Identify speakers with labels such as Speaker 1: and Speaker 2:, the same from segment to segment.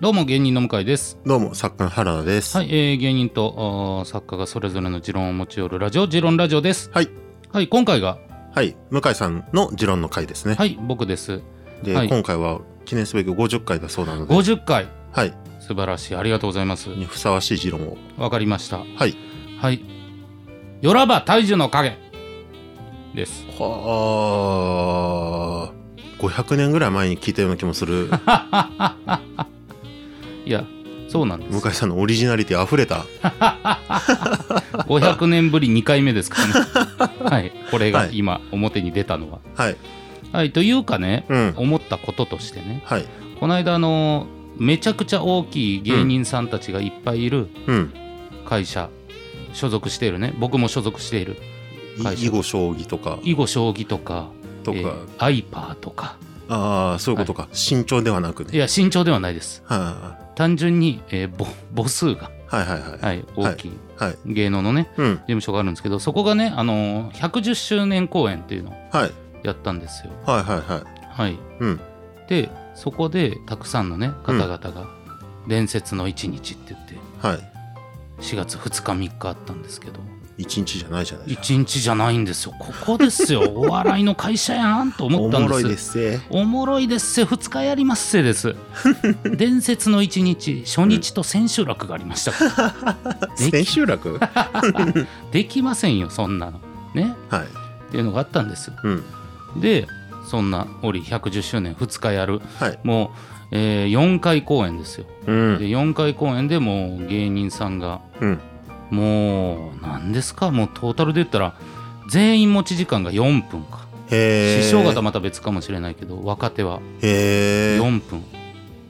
Speaker 1: どうも芸人の向井です。
Speaker 2: どうも作家の原田です。
Speaker 1: はい、えー芸人とあー作家がそれぞれの持論を持ち寄るラジオ持論ラジオです。
Speaker 2: はい、
Speaker 1: はい、今回が
Speaker 2: はい向井さんの持論の回ですね。
Speaker 1: はい僕です。
Speaker 2: で、
Speaker 1: はい
Speaker 2: 今回は記念すべき50回だそうなので、
Speaker 1: 50回
Speaker 2: はい、
Speaker 1: 素晴らしいありがとうございます。
Speaker 2: にふさわしい持論を。
Speaker 1: わかりました。
Speaker 2: はい。
Speaker 1: はい。よらば大樹の影です。
Speaker 2: はあ、500年ぐらい前に聞いたような気も する
Speaker 1: いやそうなんです。
Speaker 2: 向井さんのオリジナリティ溢れた。
Speaker 1: 500年ぶり2回目ですからね。はいこれが今表に出たのは。
Speaker 2: はい、
Speaker 1: はいというかね
Speaker 2: うん、
Speaker 1: 思ったこととしてね
Speaker 2: はい、
Speaker 1: この間あのめちゃくちゃ大きい芸人さんたちがいっぱいいる
Speaker 2: うん、
Speaker 1: 会社、所属しているね僕も所属している会社
Speaker 2: 囲碁将棋とか
Speaker 1: 囲碁将棋とか
Speaker 2: とか、
Speaker 1: えーアイパーとか
Speaker 2: ああそういうことか、慎重ではなく
Speaker 1: い
Speaker 2: ね。
Speaker 1: や慎重ではないです
Speaker 2: は
Speaker 1: 単純に、えー母母数が、
Speaker 2: い、はい、はい、はい、
Speaker 1: はい、大きい
Speaker 2: はい、
Speaker 1: 芸能のね
Speaker 2: うん
Speaker 1: 事、務所があるんですけどそこがね、あのー110周年公演っていうのを
Speaker 2: はい、
Speaker 1: やったんですよ
Speaker 2: はい、はい、はい、
Speaker 1: はい
Speaker 2: うん、
Speaker 1: でそこでたくさんのね方々が「伝説の一日」って言って
Speaker 2: はい、
Speaker 1: 4月2日3日あったんですけど
Speaker 2: 一日じゃないじゃないですか。
Speaker 1: 一日じゃないんですよここですよお笑いの会社やんと思
Speaker 2: お
Speaker 1: ったん
Speaker 2: も
Speaker 1: です
Speaker 2: ろいですね。
Speaker 1: おもろいですせ2日やりますせです 伝説の一日初日と千秋楽がありましたから、でき
Speaker 2: 千秋 楽はい。
Speaker 1: できませんよそんなのねっていうのがあったんです
Speaker 2: うん。
Speaker 1: でそんな折110周年2日やる
Speaker 2: はい。
Speaker 1: もう、え4回公演ですよ
Speaker 2: う
Speaker 1: で
Speaker 2: ん。
Speaker 1: 4回公演でもう芸人さんが
Speaker 2: うん。
Speaker 1: もう何ですかもうトータルで言ったら全員持ち時間が4分か
Speaker 2: へえ。
Speaker 1: 師匠方また別かもしれないけど若手は
Speaker 2: へえ。
Speaker 1: 4分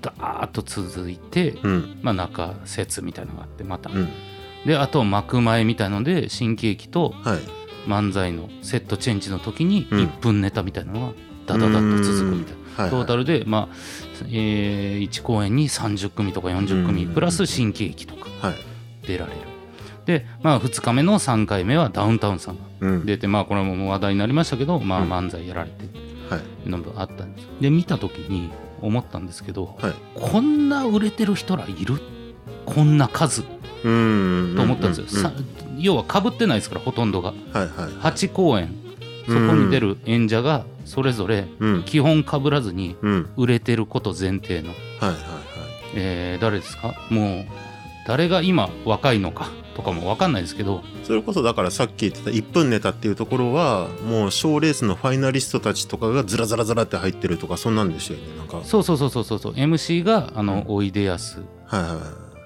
Speaker 1: ダーッと続いて、
Speaker 2: うん。
Speaker 1: まあ、中説みたいなのがあってまた、
Speaker 2: うん。
Speaker 1: であと幕前みたいので新喜劇と
Speaker 2: はい。
Speaker 1: 漫才のセットチェンジの時に
Speaker 2: うん
Speaker 1: 1分ネタみたいなのがダダダッと続くみたいな、
Speaker 2: はい。
Speaker 1: トータル
Speaker 2: ル。
Speaker 1: で、まあえ1公演に30組とか40組
Speaker 2: うん
Speaker 1: プラス新喜劇とか
Speaker 2: はい。
Speaker 1: 出られるで、まあ、2日目の3回目はダウンタウンさんが
Speaker 2: うん。
Speaker 1: 出てまあこれももう話題になりましたけど、まあ、
Speaker 2: うん
Speaker 1: 漫才やられて
Speaker 2: はい。
Speaker 1: のもあったんですで見た時に思ったんですけど、
Speaker 2: はい
Speaker 1: こんな売れてる人らいるこんな数
Speaker 2: うん。
Speaker 1: と思ったんですよ、
Speaker 2: う
Speaker 1: さ要はかぶってないですからほとんどが
Speaker 2: はい。はい。
Speaker 1: 8公演そこに出る演者がそれぞれ
Speaker 2: うん。
Speaker 1: 基本かぶらずに
Speaker 2: うん。
Speaker 1: 売れてること前提の、
Speaker 2: はい。はい。
Speaker 1: えー誰ですかもう誰が今若いのかとかも分かんないですけど
Speaker 2: はい。それこそだからさっき言ってた1分ネタっていうところはもう賞ーレースのファイナリストたちとかがずらずらずらって入ってるとかそんなんでしたよねなんかはい
Speaker 1: そうそうそうそうそうそう MC があの、
Speaker 2: うん
Speaker 1: おいでやす
Speaker 2: はいは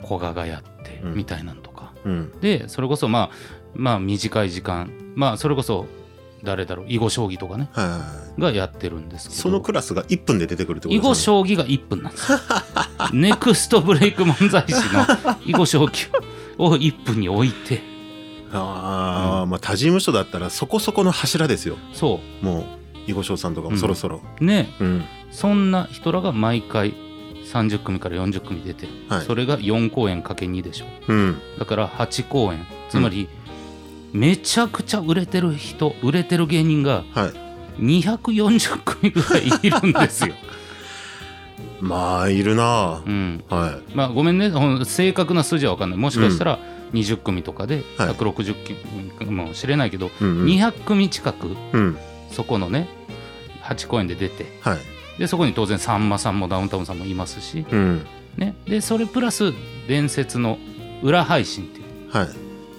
Speaker 1: 古賀がやって、
Speaker 2: うん
Speaker 1: みたいなんとか
Speaker 2: いうん
Speaker 1: でそれこそまあまあ短い時間まあそれこそ誰だろう囲碁将棋とかね
Speaker 2: はいはいはい
Speaker 1: がやってるんですけど
Speaker 2: そのクラスが1分で出てくるってこと
Speaker 1: 囲
Speaker 2: で
Speaker 1: 碁
Speaker 2: すね
Speaker 1: 将棋が1分なんですよネクストブレイク漫才師 の囲碁将棋を1分に置いて
Speaker 2: ああまあ他事務所だったらそこそこの柱ですよ
Speaker 1: そ
Speaker 2: もう囲碁将さんとかもそろそろ、
Speaker 1: うね
Speaker 2: うん
Speaker 1: そんな人らが毎回30組から40組出てる、
Speaker 2: はい
Speaker 1: それが4公演かけ2でしょ
Speaker 2: うん
Speaker 1: だから8公演つまり、めちゃくちゃ売れてる人売れてる芸人が
Speaker 2: はい
Speaker 1: 240組ぐらいいるんです よ、
Speaker 2: まあいるな
Speaker 1: うん、
Speaker 2: あは
Speaker 1: まあ、ごめんねほん正確な数字は分かんないもしかしたら20組とかで
Speaker 2: はい
Speaker 1: 160組かもしれないけど、
Speaker 2: いうんうん
Speaker 1: 200組近く
Speaker 2: うん
Speaker 1: そこのね8公演で出て
Speaker 2: はい
Speaker 1: でそこに当然さんまさんもダウンタウンさんもいますし、
Speaker 2: うん
Speaker 1: ね、でそれプラス伝説の裏配信っていう
Speaker 2: はい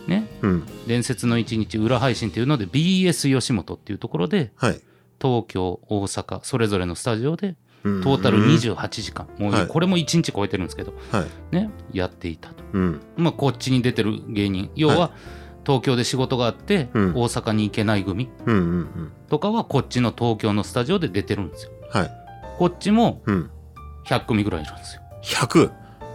Speaker 1: ね
Speaker 2: うん
Speaker 1: 伝説の一日裏配信っていうので BS 吉本っていうところで
Speaker 2: はい
Speaker 1: 東京大阪それぞれのスタジオで
Speaker 2: うん
Speaker 1: トータル28時間、も
Speaker 2: は
Speaker 1: う
Speaker 2: い
Speaker 1: これも1日超えてるんですけど、
Speaker 2: はい
Speaker 1: ね、やっていたと。
Speaker 2: うん
Speaker 1: まあ、こっちに出てる芸人要は
Speaker 2: は
Speaker 1: 東京で仕事があって、
Speaker 2: うん
Speaker 1: 大阪に行けない組
Speaker 2: うんうんうん
Speaker 1: とかはこっちの東京のスタジオで出てるんですよ
Speaker 2: はい
Speaker 1: こっちも
Speaker 2: うん
Speaker 1: 100組ぐらいいるんですよ
Speaker 2: 100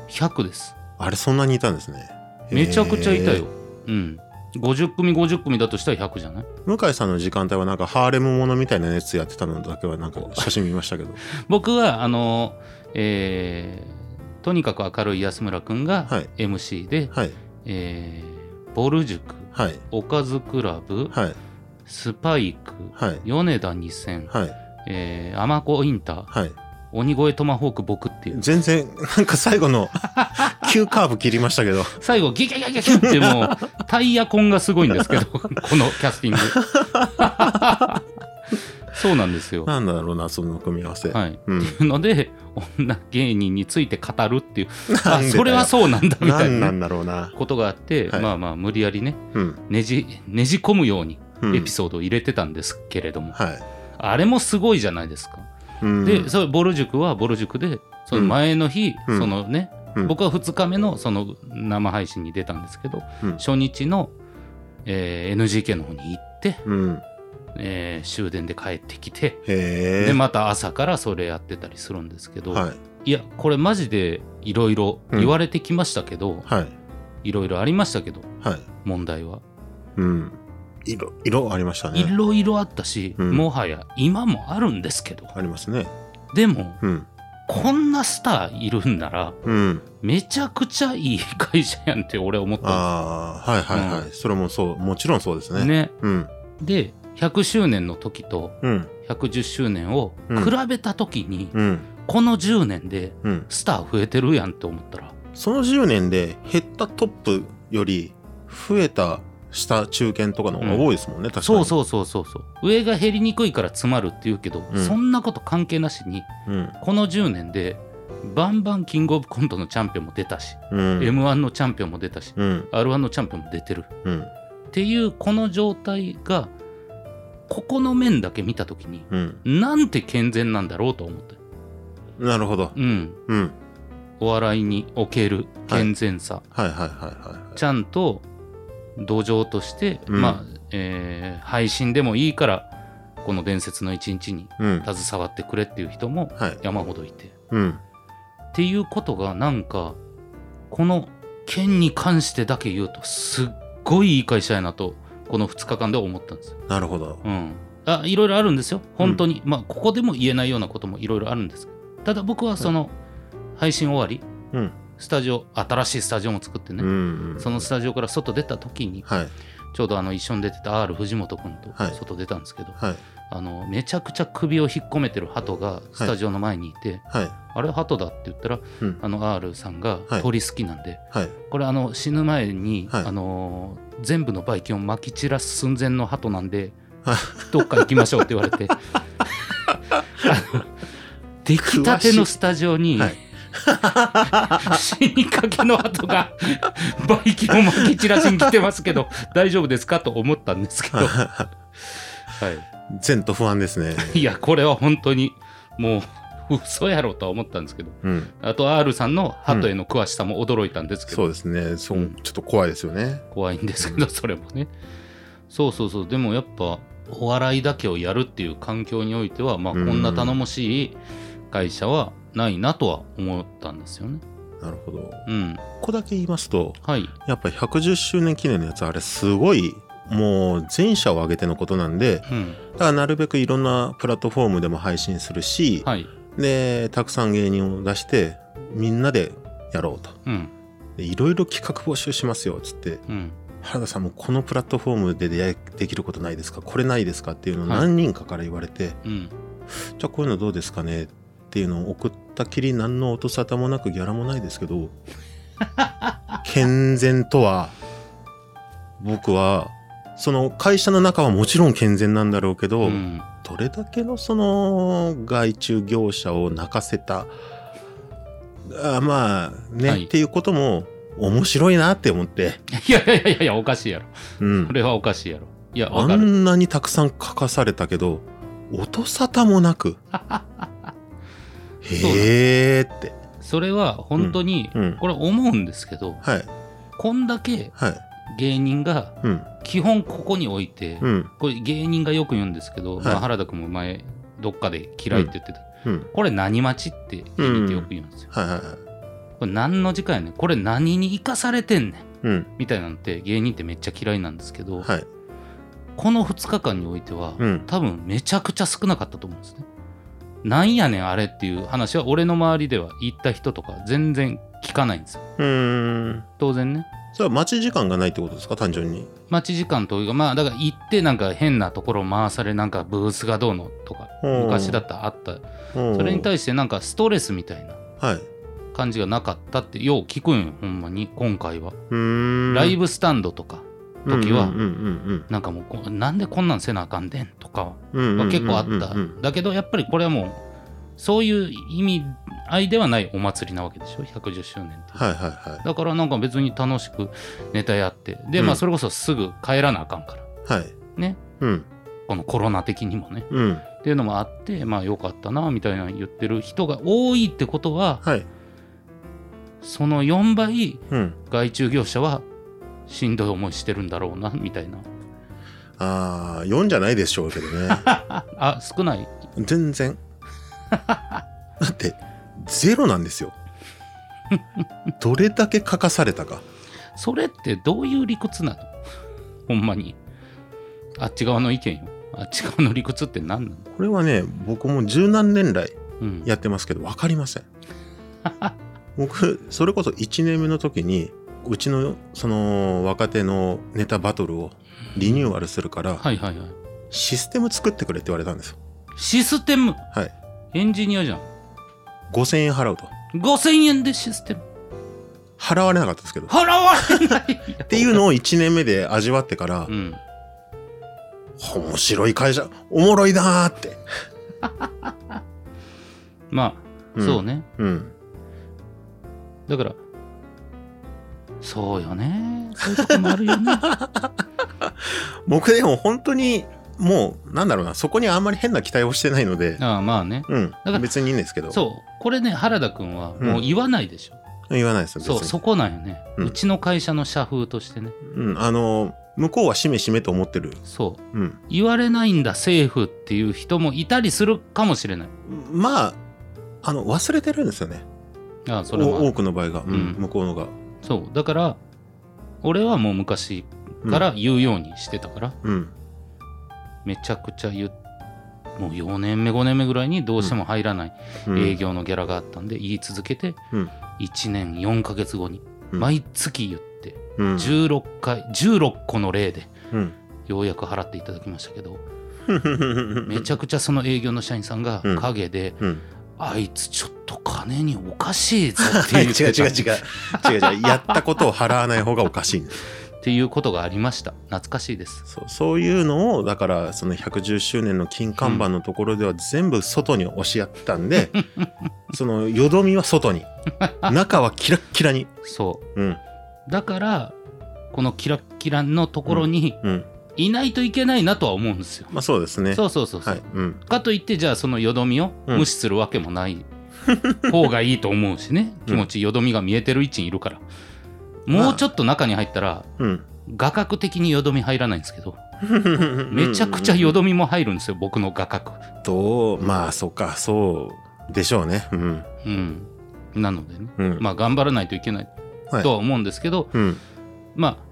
Speaker 1: 100です
Speaker 2: あれそんなにいたんですね
Speaker 1: めちゃくちゃいた
Speaker 2: へ
Speaker 1: よ、うん50組50組だとしたら100じゃない
Speaker 2: ー向井さんの時間帯はなんかハーレムものみたいなやつやってたのだけはなんか写真見ましたけど
Speaker 1: 僕はあのえーとにかく明るい安村君が
Speaker 2: はい
Speaker 1: MC で、
Speaker 2: はい
Speaker 1: えーボル塾
Speaker 2: はい
Speaker 1: おかずクラブ、
Speaker 2: はい
Speaker 1: スパイク
Speaker 2: はい
Speaker 1: 米田2000、
Speaker 2: はい
Speaker 1: えー、アマコインター
Speaker 2: はい
Speaker 1: 鬼越トマホーク僕っていう
Speaker 2: 全然なんか最後の急カーブ切りましたけど
Speaker 1: 最後ギャギャギャギャギャってもう タイヤ痕がすごいんですけど このキャスティング そうなんですよ、
Speaker 2: なんだろうなその組み合わせ、
Speaker 1: はい、
Speaker 2: うん
Speaker 1: ので女芸人について語るっていう
Speaker 2: な
Speaker 1: あ
Speaker 2: んでだよ
Speaker 1: それはそうなんだみた
Speaker 2: ないんな
Speaker 1: なん
Speaker 2: だろうな
Speaker 1: ことがあって、
Speaker 2: はい
Speaker 1: まあまあ無理やりね
Speaker 2: うん、
Speaker 1: ねじねじ込むように
Speaker 2: うん、
Speaker 1: エピソードを入れてたんですけれども、
Speaker 2: はい、
Speaker 1: あれもすごいじゃないですか。
Speaker 2: うん、
Speaker 1: でそれボル塾はボル塾でその前の日、
Speaker 2: うん
Speaker 1: そのね、
Speaker 2: うん
Speaker 1: 僕は2日目のその生配信に出たんですけど、
Speaker 2: うん
Speaker 1: 初日の、えー NGK の方に行って、
Speaker 2: うん
Speaker 1: えー終電で帰ってきて、
Speaker 2: へえ
Speaker 1: でまた朝からそれやってたりするんですけど、
Speaker 2: はい
Speaker 1: い、やこれマジでいろいろ言われてきましたけど
Speaker 2: はい
Speaker 1: いろいろありましたけど
Speaker 2: はい
Speaker 1: 問題は
Speaker 2: うん色色ありました
Speaker 1: い
Speaker 2: ね
Speaker 1: ろいろあったし、
Speaker 2: うん
Speaker 1: もはや今もあるんですけど
Speaker 2: ありますね
Speaker 1: でも
Speaker 2: うん
Speaker 1: こんなスターいるんなら
Speaker 2: うん
Speaker 1: めちゃくちゃいい会社やんって俺思ったん
Speaker 2: ああはいはいはい、それもそうもちろんそうです
Speaker 1: です
Speaker 2: ね
Speaker 1: ね。
Speaker 2: うん
Speaker 1: で100周年の時と
Speaker 2: うん
Speaker 1: 110周年を比べた時に、
Speaker 2: うん
Speaker 1: この10年で
Speaker 2: うん
Speaker 1: スター増えてるやんって思ったら
Speaker 2: その10年で減ったトップより増えた下中堅とかの方が多いですもんね、確かに
Speaker 1: そうそうそうそうそう上が減りにくいから詰まるって言うけど、
Speaker 2: うん
Speaker 1: そんなこと関係なしに
Speaker 2: ううん、
Speaker 1: この10年でバンバンキングオブコントのチャンピオンも出たし、
Speaker 2: うん、
Speaker 1: m 1のチャンピオンも出たし
Speaker 2: うん
Speaker 1: r 1のチャンピオンも出てる
Speaker 2: うん
Speaker 1: っていうこの状態がここの面だけ見た時に
Speaker 2: うん
Speaker 1: なんて健全なんだろうと思って。
Speaker 2: なるほど
Speaker 1: うん。
Speaker 2: うん
Speaker 1: お笑いにおける健全さ。
Speaker 2: はいはいはいはい
Speaker 1: ちゃんと土壌として、
Speaker 2: うん
Speaker 1: まあ、えー配信でもいいから、この伝説の一日に
Speaker 2: うん
Speaker 1: 携わってくれっていう人も
Speaker 2: はい
Speaker 1: 山ほどいて。っ
Speaker 2: うん
Speaker 1: ていうことがなんか、この件に関してだけ言うと、すっごいいい会社やなと、この2日間で思ったんですよ。
Speaker 2: なるほど
Speaker 1: うん、あいろいろあるんですよ、本当に、まあ、ここでも言えないようなこともいろいろあるんですただ僕はその、配信終わり、
Speaker 2: うん
Speaker 1: スタジオ、新しいスタジオも作って
Speaker 2: う
Speaker 1: ね、
Speaker 2: んうん
Speaker 1: そのスタジオから外出た時に、
Speaker 2: はい
Speaker 1: ちょうどあの一緒に出てた R 藤本君と
Speaker 2: はい
Speaker 1: 外出たんですけど、
Speaker 2: はい
Speaker 1: あのめちゃくちゃ首を引っ込めてる鳩がスタジオの前にいて、
Speaker 2: はい
Speaker 1: あれ、鳩だって言ったら、
Speaker 2: うん
Speaker 1: あの R さんが
Speaker 2: はい
Speaker 1: 鳥好きなんで、
Speaker 2: はい
Speaker 1: これあの死ぬ前に、
Speaker 2: はい
Speaker 1: あのー全部のバイキンをまき散らす寸前の鳩なん で
Speaker 2: はい
Speaker 1: どっか行きましょうって言われ てあの出来たてのスタジオに、
Speaker 2: 詳し
Speaker 1: 死にかけの鳩がバイキンをまき散らしに来てますけど大丈夫ですかと思ったんですけど、は
Speaker 2: 前途不安です ね
Speaker 1: い、いやこれは本当にもう嘘やろとは思ったんですけど
Speaker 2: うん
Speaker 1: あと R さんの鳩への詳しさも驚いたんですけど、
Speaker 2: そうですねそううんちょっと怖いですよね
Speaker 1: 怖いんですけどそれもねそうそうそうでもやっぱお笑いだけをやるっていう環境においては、まあ、こ
Speaker 2: うん
Speaker 1: んな頼もしい会社はないなとは思ったんですよね
Speaker 2: なるほど
Speaker 1: うん
Speaker 2: ここだけ言いますと
Speaker 1: はい
Speaker 2: やっぱ110周年記念のやつあれすごいもう全社を挙げてのことなんで
Speaker 1: うん
Speaker 2: だからなるべくいろんなプラットフォームでも配信するし、
Speaker 1: はい
Speaker 2: でたくさん芸人を出してみんなでやろうと
Speaker 1: うん
Speaker 2: でいろいろ企画募集しますよっつって
Speaker 1: うん
Speaker 2: 原田さんもこのプラットフォームで出会いできることないですかこれないですかっていうのを
Speaker 1: はい
Speaker 2: 何人かから言われて、
Speaker 1: うん
Speaker 2: じゃあこういうのどうですかねっていうのを送ったきり何の音沙汰もなくギャラもないですけど 健全とは僕はその会社の中はもちろん健全なんだろうけど、
Speaker 1: うん
Speaker 2: どれだけのその外注業者を泣かせたあまあね、
Speaker 1: はい
Speaker 2: っていうことも面白いなって思って、
Speaker 1: いやいやいやいやおかしいやろ
Speaker 2: うん
Speaker 1: こ、れはおかしいやろいやわ
Speaker 2: あ
Speaker 1: かる
Speaker 2: んなにたくさん書かされたけど音沙汰も なくへえって
Speaker 1: それは本当に、
Speaker 2: うんうん
Speaker 1: これ思うんですけど
Speaker 2: はい
Speaker 1: こんだけ
Speaker 2: はい
Speaker 1: 芸人が
Speaker 2: うん
Speaker 1: 基本ここにおいて、
Speaker 2: うん
Speaker 1: これ芸人がよく言うんですけど、
Speaker 2: はい
Speaker 1: まあ、原田君も前どっかで嫌いって言ってた、
Speaker 2: うん
Speaker 1: これ何待ちって芸人ってよく言うんですよ、
Speaker 2: はいはいはい
Speaker 1: これ何の時間やねんこれ何に生かされてんねん
Speaker 2: うん
Speaker 1: みたいなのって芸人ってめっちゃ嫌いなんですけど、
Speaker 2: はい
Speaker 1: この2日間においては、
Speaker 2: うん
Speaker 1: 多分めちゃくちゃ少なかったと思うんですねなんやねんあれっていう話は俺の周りでは言った人とか全然聞かないんですよ
Speaker 2: うーん
Speaker 1: 当然ね
Speaker 2: それは待ち時間がないってことですか単純に
Speaker 1: 待ち時間というかまあだから行ってなんか変なところ回されなんかブースがどうのとか
Speaker 2: うん
Speaker 1: 昔だったらあった
Speaker 2: そ
Speaker 1: それに対してなんかストレスみたいな
Speaker 2: はい、う
Speaker 1: 感じがなかったってよう聞くんよほんまに今回は
Speaker 2: ーん
Speaker 1: ライブスタンドとか時は
Speaker 2: うんうん
Speaker 1: なんかもうこなんでこんなんせなあかんでんとか
Speaker 2: うんうんうんうんうん
Speaker 1: は結構あ
Speaker 2: うんうん
Speaker 1: った
Speaker 2: うん
Speaker 1: だけどやっぱりこれはもうそういう意味合いではないお祭りなわけでしょ110周年って
Speaker 2: はいはいは
Speaker 1: だからなんか別に楽しくネタやってで
Speaker 2: うん
Speaker 1: まあそれこそすぐ帰らなあかんから
Speaker 2: いはい
Speaker 1: ね
Speaker 2: うん
Speaker 1: このコロナ的にもね
Speaker 2: うん
Speaker 1: っていうのもあってまあよかったなみたいなの言ってる人が多いってことは
Speaker 2: はい
Speaker 1: その4倍
Speaker 2: うん
Speaker 1: 外注業者はしんどい思いしてるんだろうなみたいな
Speaker 2: ああ4じゃないでしょうけどね
Speaker 1: あ少ない
Speaker 2: 全然だってゼロなんですよどれだけ書かされたか
Speaker 1: それってどういう理屈なの ほんまにあっち側の意見よあっち側の理屈って何なの
Speaker 2: これはね僕も十何年来
Speaker 1: うん
Speaker 2: やってますけど分かりません僕それこそ1年目の時にうちのその若手のネタバトルをリニューアルするから、
Speaker 1: はいはいはい
Speaker 2: システム作ってくれって言われたんですよ
Speaker 1: システム
Speaker 2: はい
Speaker 1: エンジニアじゃん
Speaker 2: 5000円払うと
Speaker 1: 5000円でシステム
Speaker 2: 払われなかったですけどっ
Speaker 1: 払われないって
Speaker 2: いうのを1年目で味わってから、
Speaker 1: うん
Speaker 2: 面白い会社おもろいなーって、
Speaker 1: まあ
Speaker 2: ん
Speaker 1: そうね
Speaker 2: うん
Speaker 1: だからそうよねそういうとこもあるよね
Speaker 2: 僕でも本当にもうなんだろうなそこにあんまり変な期待をしてないので
Speaker 1: ああまあね
Speaker 2: うん
Speaker 1: から
Speaker 2: 別にいいんですけど
Speaker 1: そうこれね原田君はもう言わないでしょ、
Speaker 2: 言わないですよ別
Speaker 1: そう
Speaker 2: に
Speaker 1: そこなんよね、う
Speaker 2: うん
Speaker 1: ちの会社の社風としてね
Speaker 2: うん、あの向こうはしめしめと思ってる、
Speaker 1: そう
Speaker 2: うん、
Speaker 1: 言われないんだ政府っていう人もいたりするかもしれない
Speaker 2: まああの忘れてるんですよね
Speaker 1: ああそれ
Speaker 2: お
Speaker 1: は
Speaker 2: 多くの場合が、うん
Speaker 1: うん
Speaker 2: 向こうのが、
Speaker 1: そうだから俺はもう昔
Speaker 2: うん、
Speaker 1: から言うようにしてたから、
Speaker 2: うん
Speaker 1: めちゃくちゃ言うもう4年目5年目ぐらいにどうしても入らない
Speaker 2: うん
Speaker 1: 営業のギャラがあったんで言い続けて
Speaker 2: うん
Speaker 1: 1年4ヶ月後に
Speaker 2: うん
Speaker 1: 毎月言って
Speaker 2: うん
Speaker 1: 16回16個の例で
Speaker 2: うん
Speaker 1: ようやく払っていただきましたけどめち
Speaker 2: ゃ
Speaker 1: ゃくちゃその営業の社員さんが
Speaker 2: うん
Speaker 1: 陰で
Speaker 2: うん、
Speaker 1: あいつちょっと金におかしいぞって
Speaker 2: 違う
Speaker 1: 言
Speaker 2: 違う
Speaker 1: ってた
Speaker 2: 違う違う違うやったことを払わない方がおかしいんです
Speaker 1: っていうことがありました懐かしいです
Speaker 2: そうそういうのをだからその110周年の金看板のところでは全部外に押しやったん で、そのよどみは外に中はキラッキラに
Speaker 1: そ
Speaker 2: うん
Speaker 1: うだからこのキラッキラのところに
Speaker 2: うん
Speaker 1: いないといけないなとは思うんですよ、
Speaker 2: まあそうですね
Speaker 1: そうそうそうそう、
Speaker 2: はいうん
Speaker 1: かといってじゃあそのよどみを無視するわけもない方がいいと思うしね、
Speaker 2: うん
Speaker 1: 気持ちよどみが見えてる位置にいるからもうちょっと中に入ったら
Speaker 2: うん
Speaker 1: 画角的によどみ入らないんですけど め
Speaker 2: め
Speaker 1: ちゃくちゃよどみも入るんですよ僕の画角
Speaker 2: とまあ そうかそうでしょうねうん
Speaker 1: うんなのでね
Speaker 2: うん
Speaker 1: まあ頑張らないといけない
Speaker 2: はい
Speaker 1: とは思うんですけど、
Speaker 2: うん
Speaker 1: まあ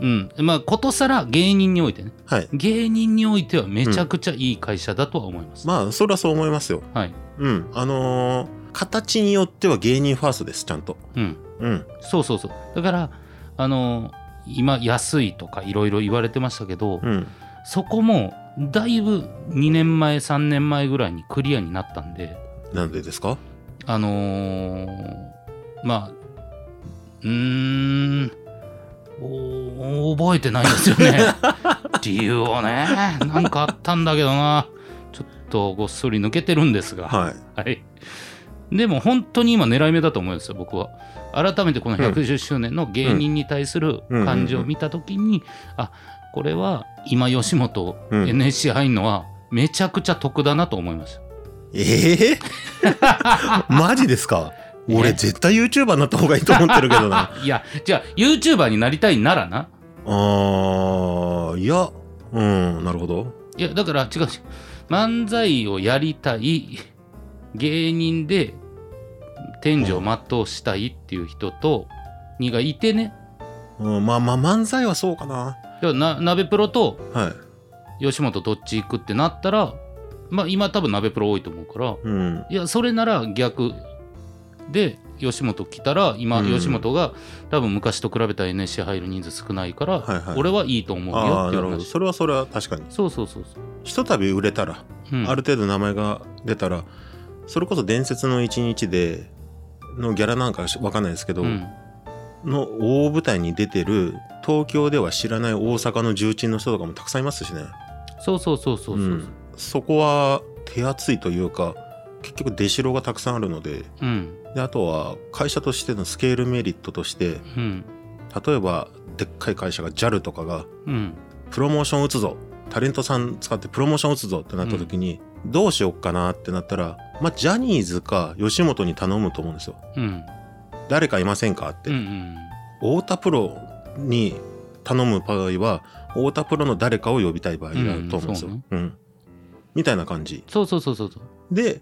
Speaker 1: うんまあことさら芸人においてね
Speaker 2: はい
Speaker 1: 芸人においてはめちゃくちゃいい会社だとは思います、
Speaker 2: まあそれはそう思いますよ
Speaker 1: はい、
Speaker 2: うんあのー形によっては芸人ファーストですちゃんと
Speaker 1: うん、
Speaker 2: うん
Speaker 1: そうそうそうだからあの今安いとかいろいろ言われてましたけど、
Speaker 2: うん
Speaker 1: そこもだいぶ2年前3年前ぐらいにクリアになったんで
Speaker 2: なんでですか
Speaker 1: あのーまあうーんお覚えてないんですよ ね理由をねなんかあったんだけどなちょっとごっそり抜けてるんですが
Speaker 2: はい
Speaker 1: はい。でも本当に今狙い目だと思うんですよ、僕は。改めてこの110周年の芸人に対する
Speaker 2: うん
Speaker 1: 感情を見たときに、あこれは今、吉本、
Speaker 2: うん
Speaker 1: NSC 入るのはめちゃくちゃ得だなと思いました。
Speaker 2: ええ マジですか俺
Speaker 1: え
Speaker 2: 絶対 YouTuber になった方がいいと思ってるけ どな
Speaker 1: いや、じゃあ、YouTuber になりたいならな。
Speaker 2: あーいやうんなるほど
Speaker 1: いや、だから違う違う。漫才をやりたい、芸人で天井を全うしたいっていう人と、にがいてね、
Speaker 2: うんまあまあ漫才はそうかな
Speaker 1: だからな鍋プロと
Speaker 2: はい
Speaker 1: 吉本どっち行くってなったらまあ今多分鍋プロ多いと思うから
Speaker 2: うん
Speaker 1: いやそれなら逆で吉本来たら今
Speaker 2: うん
Speaker 1: 吉本が、多分昔と比べたら NSC 入る人数少ないから、
Speaker 2: はいはい
Speaker 1: 俺はいいと思うよ
Speaker 2: あ
Speaker 1: っ
Speaker 2: あ
Speaker 1: てい
Speaker 2: な
Speaker 1: う
Speaker 2: るほど
Speaker 1: 話
Speaker 2: それはそれは確かに
Speaker 1: そうそうそうそう、
Speaker 2: ひとたび売れたら、
Speaker 1: うん、
Speaker 2: ある程度名前が出たらそれこそ伝説の一日でのギャラなんかわかんないですけど、
Speaker 1: うん
Speaker 2: の大舞台に出てる東京では知らない大阪の重鎮の人とかもたくさんいますしね
Speaker 1: そうそうそうそうそう、
Speaker 2: うんそこは手厚いというか結局出城がたくさんあるので
Speaker 1: うん
Speaker 2: であとは会社としてのスケールメリットとして
Speaker 1: うん
Speaker 2: 例えばでっかい会社が JAL とかが
Speaker 1: うん
Speaker 2: プロモーション打つぞタレントさん使ってプロモーション打つぞってなった時に、どうしよっかなってなったら、まあ、ジャニーズか吉本に頼むと思うんですよ
Speaker 1: うん
Speaker 2: 誰かいませんかって、
Speaker 1: うんうん
Speaker 2: 太田プロに頼む場合は太田プロの誰かを呼びたい場合だと思うんですよ、
Speaker 1: うんそうね
Speaker 2: うんみたいな感じ
Speaker 1: そうそうそうそうそう
Speaker 2: で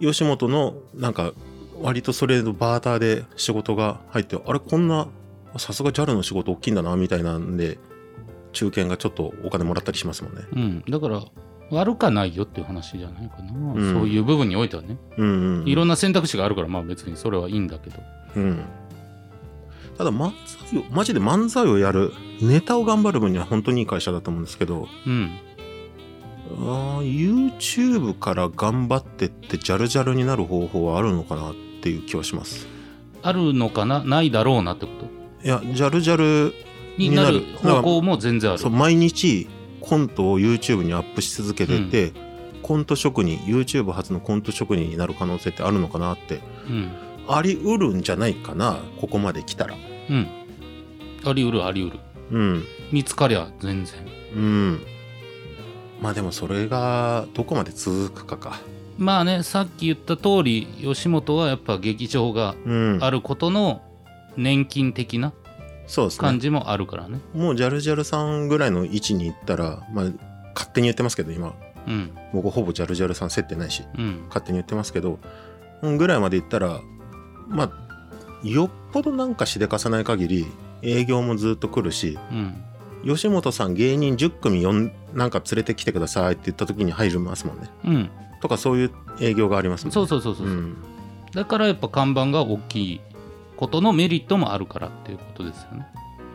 Speaker 2: 吉本のなんか割とそれのバーターで仕事が入ってあれこんなさすが JAL の仕事大きいんだなみたいなんで中堅がちょっとお金もらったりしますもんね
Speaker 1: うん、だから悪かないよっていう話じゃないかな、
Speaker 2: ん
Speaker 1: そういう部分においてはね、
Speaker 2: うんうんうん
Speaker 1: いろんな選択肢があるからまあ別にそれはいいんだけど
Speaker 2: うん、ただ漫才をマジで漫才をやるネタを頑張る分には本当にいい会社だと思うんですけど
Speaker 1: うん
Speaker 2: あー YouTube から頑張ってってジャルジャルになる方法はあるのかなっていう気はします
Speaker 1: あるのかなないだろうなってこと
Speaker 2: いやジャルジャル
Speaker 1: になる
Speaker 2: になる
Speaker 1: 方向も全然ある
Speaker 2: そう毎日コントを YouTube にアップし続けてて、コント職人 YouTube 初のコント職人になる可能性ってあるのかなって
Speaker 1: うん、
Speaker 2: ありうるんじゃないかなここまで来たら
Speaker 1: うん、ありうるありうる
Speaker 2: うん
Speaker 1: 見つかりゃ全然
Speaker 2: うんまあでもそれがどこまで続くかか
Speaker 1: まあねさっき言った通り吉本はやっぱ劇場が
Speaker 2: うん
Speaker 1: あることの年金的な
Speaker 2: そうです
Speaker 1: 感
Speaker 2: ね
Speaker 1: じもあるからね
Speaker 2: もうジャルジャルさんぐらいの位置に行ったらまあ勝手に言ってますけど今
Speaker 1: うん
Speaker 2: 僕ほぼジャルジャルさん接点ないし
Speaker 1: うん
Speaker 2: 勝手に言ってますけどうんぐらいまで行ったらまあよっぽどなんかしでかさない限り営業もずっと来るし
Speaker 1: うん
Speaker 2: 吉本さん芸人10組よんなんか連れてきてくださいって言った時に入りますもんね
Speaker 1: うん
Speaker 2: とかそういう営業がありますもんね
Speaker 1: そうそうそうそう、
Speaker 2: うん
Speaker 1: だからやっぱ看板が大きいことのメリットもあるからっていうことですよね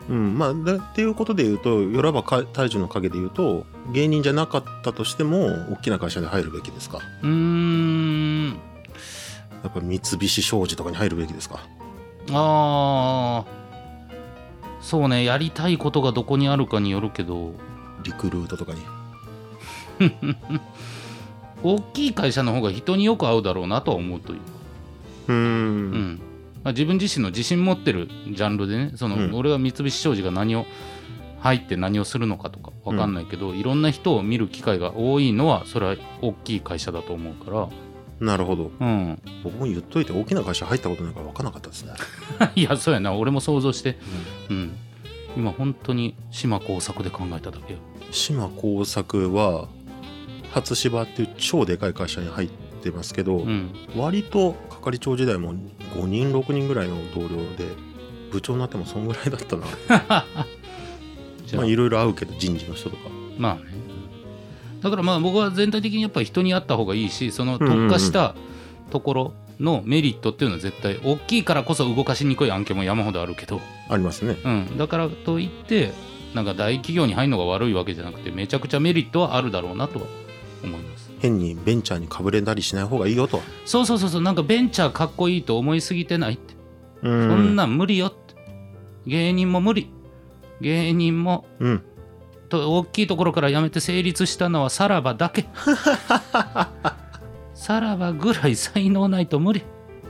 Speaker 2: うんまあ、でっていうことで言うとよらばか大樹の陰で言うと芸人じゃなかったとしても大きな会社に入るべきですか
Speaker 1: うーん
Speaker 2: やっぱ三菱商事とかに入るべきですか
Speaker 1: あーそうねやりたいことがどこにあるかによるけど
Speaker 2: リクルートとかに
Speaker 1: 大きい会社の方が人によく合うだろうなとは思うという
Speaker 2: うー
Speaker 1: うん
Speaker 2: ん
Speaker 1: まあ、自分自身の自信持ってるジャンルでねその、
Speaker 2: うん
Speaker 1: 俺は三菱商事が何を入って何をするのかとか分かんないけど、いろんな人を見る機会が多いのはそれは大きい会社だと思うか
Speaker 2: なるほど
Speaker 1: ら、うん、
Speaker 2: 僕も言っといて大きな会社入ったことないから分からなかったですね、
Speaker 1: いやそうやな俺も想像して、うん、今本当に島工作で考えただけよ
Speaker 2: 島耕作は初芝っていう超でかい会社に入ってますけど、
Speaker 1: うん
Speaker 2: 割と係長時代も5人6人ぐらいの同僚で部長になってもそんぐらいだったな
Speaker 1: じゃ
Speaker 2: ま
Speaker 1: あ
Speaker 2: あいろいろ会うけど人事の人とか
Speaker 1: まあねだからまあ僕は全体的にやっぱり人に会った方がいいしその特化したところのメリットっていうのは絶対大きいからこそ動かしにくい案件も山ほどあるけど、
Speaker 2: ありますね
Speaker 1: うん、だからといってなんか大企業に入るのが悪いわけじゃなくてめちゃくちゃメリットはあるだろうなとは思います
Speaker 2: 変にベンチャーにかぶれたりしない方がいいよと
Speaker 1: そうそうそうそうなんかベンチャーかっこいいと思いすぎてないって、
Speaker 2: う
Speaker 1: そんなん無理よって芸人も無理芸人も
Speaker 2: うん
Speaker 1: と大きいところからやめて成立したのはさらばだ けさらばぐらい才能ないと無理、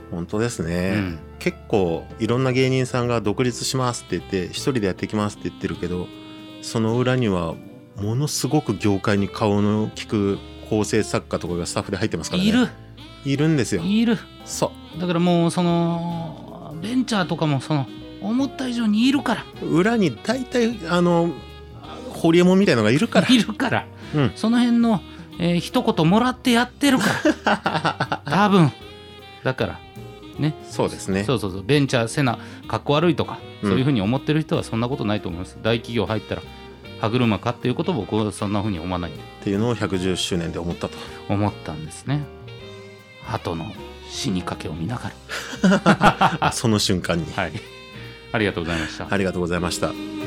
Speaker 2: 本当です
Speaker 1: う
Speaker 2: ね、
Speaker 1: ん
Speaker 2: 結構いろんな芸人さんが独立しますって言って一人でやってきますって言ってるけどその裏にはものすごく業界に顔の利く構成作家とかがスタッフで入ってますからね
Speaker 1: いる
Speaker 2: いるんですよ
Speaker 1: いる
Speaker 2: そ
Speaker 1: だからもうそのベンチャーとかもその思った以上にいるから
Speaker 2: う裏に大体あのホリエモンみたいのがいるから
Speaker 1: いるから、
Speaker 2: うん
Speaker 1: その辺の、えー一言もらってやってるから 多分だからね
Speaker 2: そうですね
Speaker 1: そうそうそうベンチャーせなかっこ悪いとか、
Speaker 2: うん
Speaker 1: そういうふうに思ってる人はそんなことないと思います大企業入ったら歯車かっていうことを僕はそんなふうに思わない
Speaker 2: っていうのを110周年で思ったと
Speaker 1: 思ったんですね鳩の死にかけを見ながら。
Speaker 2: あその瞬間に、
Speaker 1: はい。ありがとうございました。
Speaker 2: ありがとうございました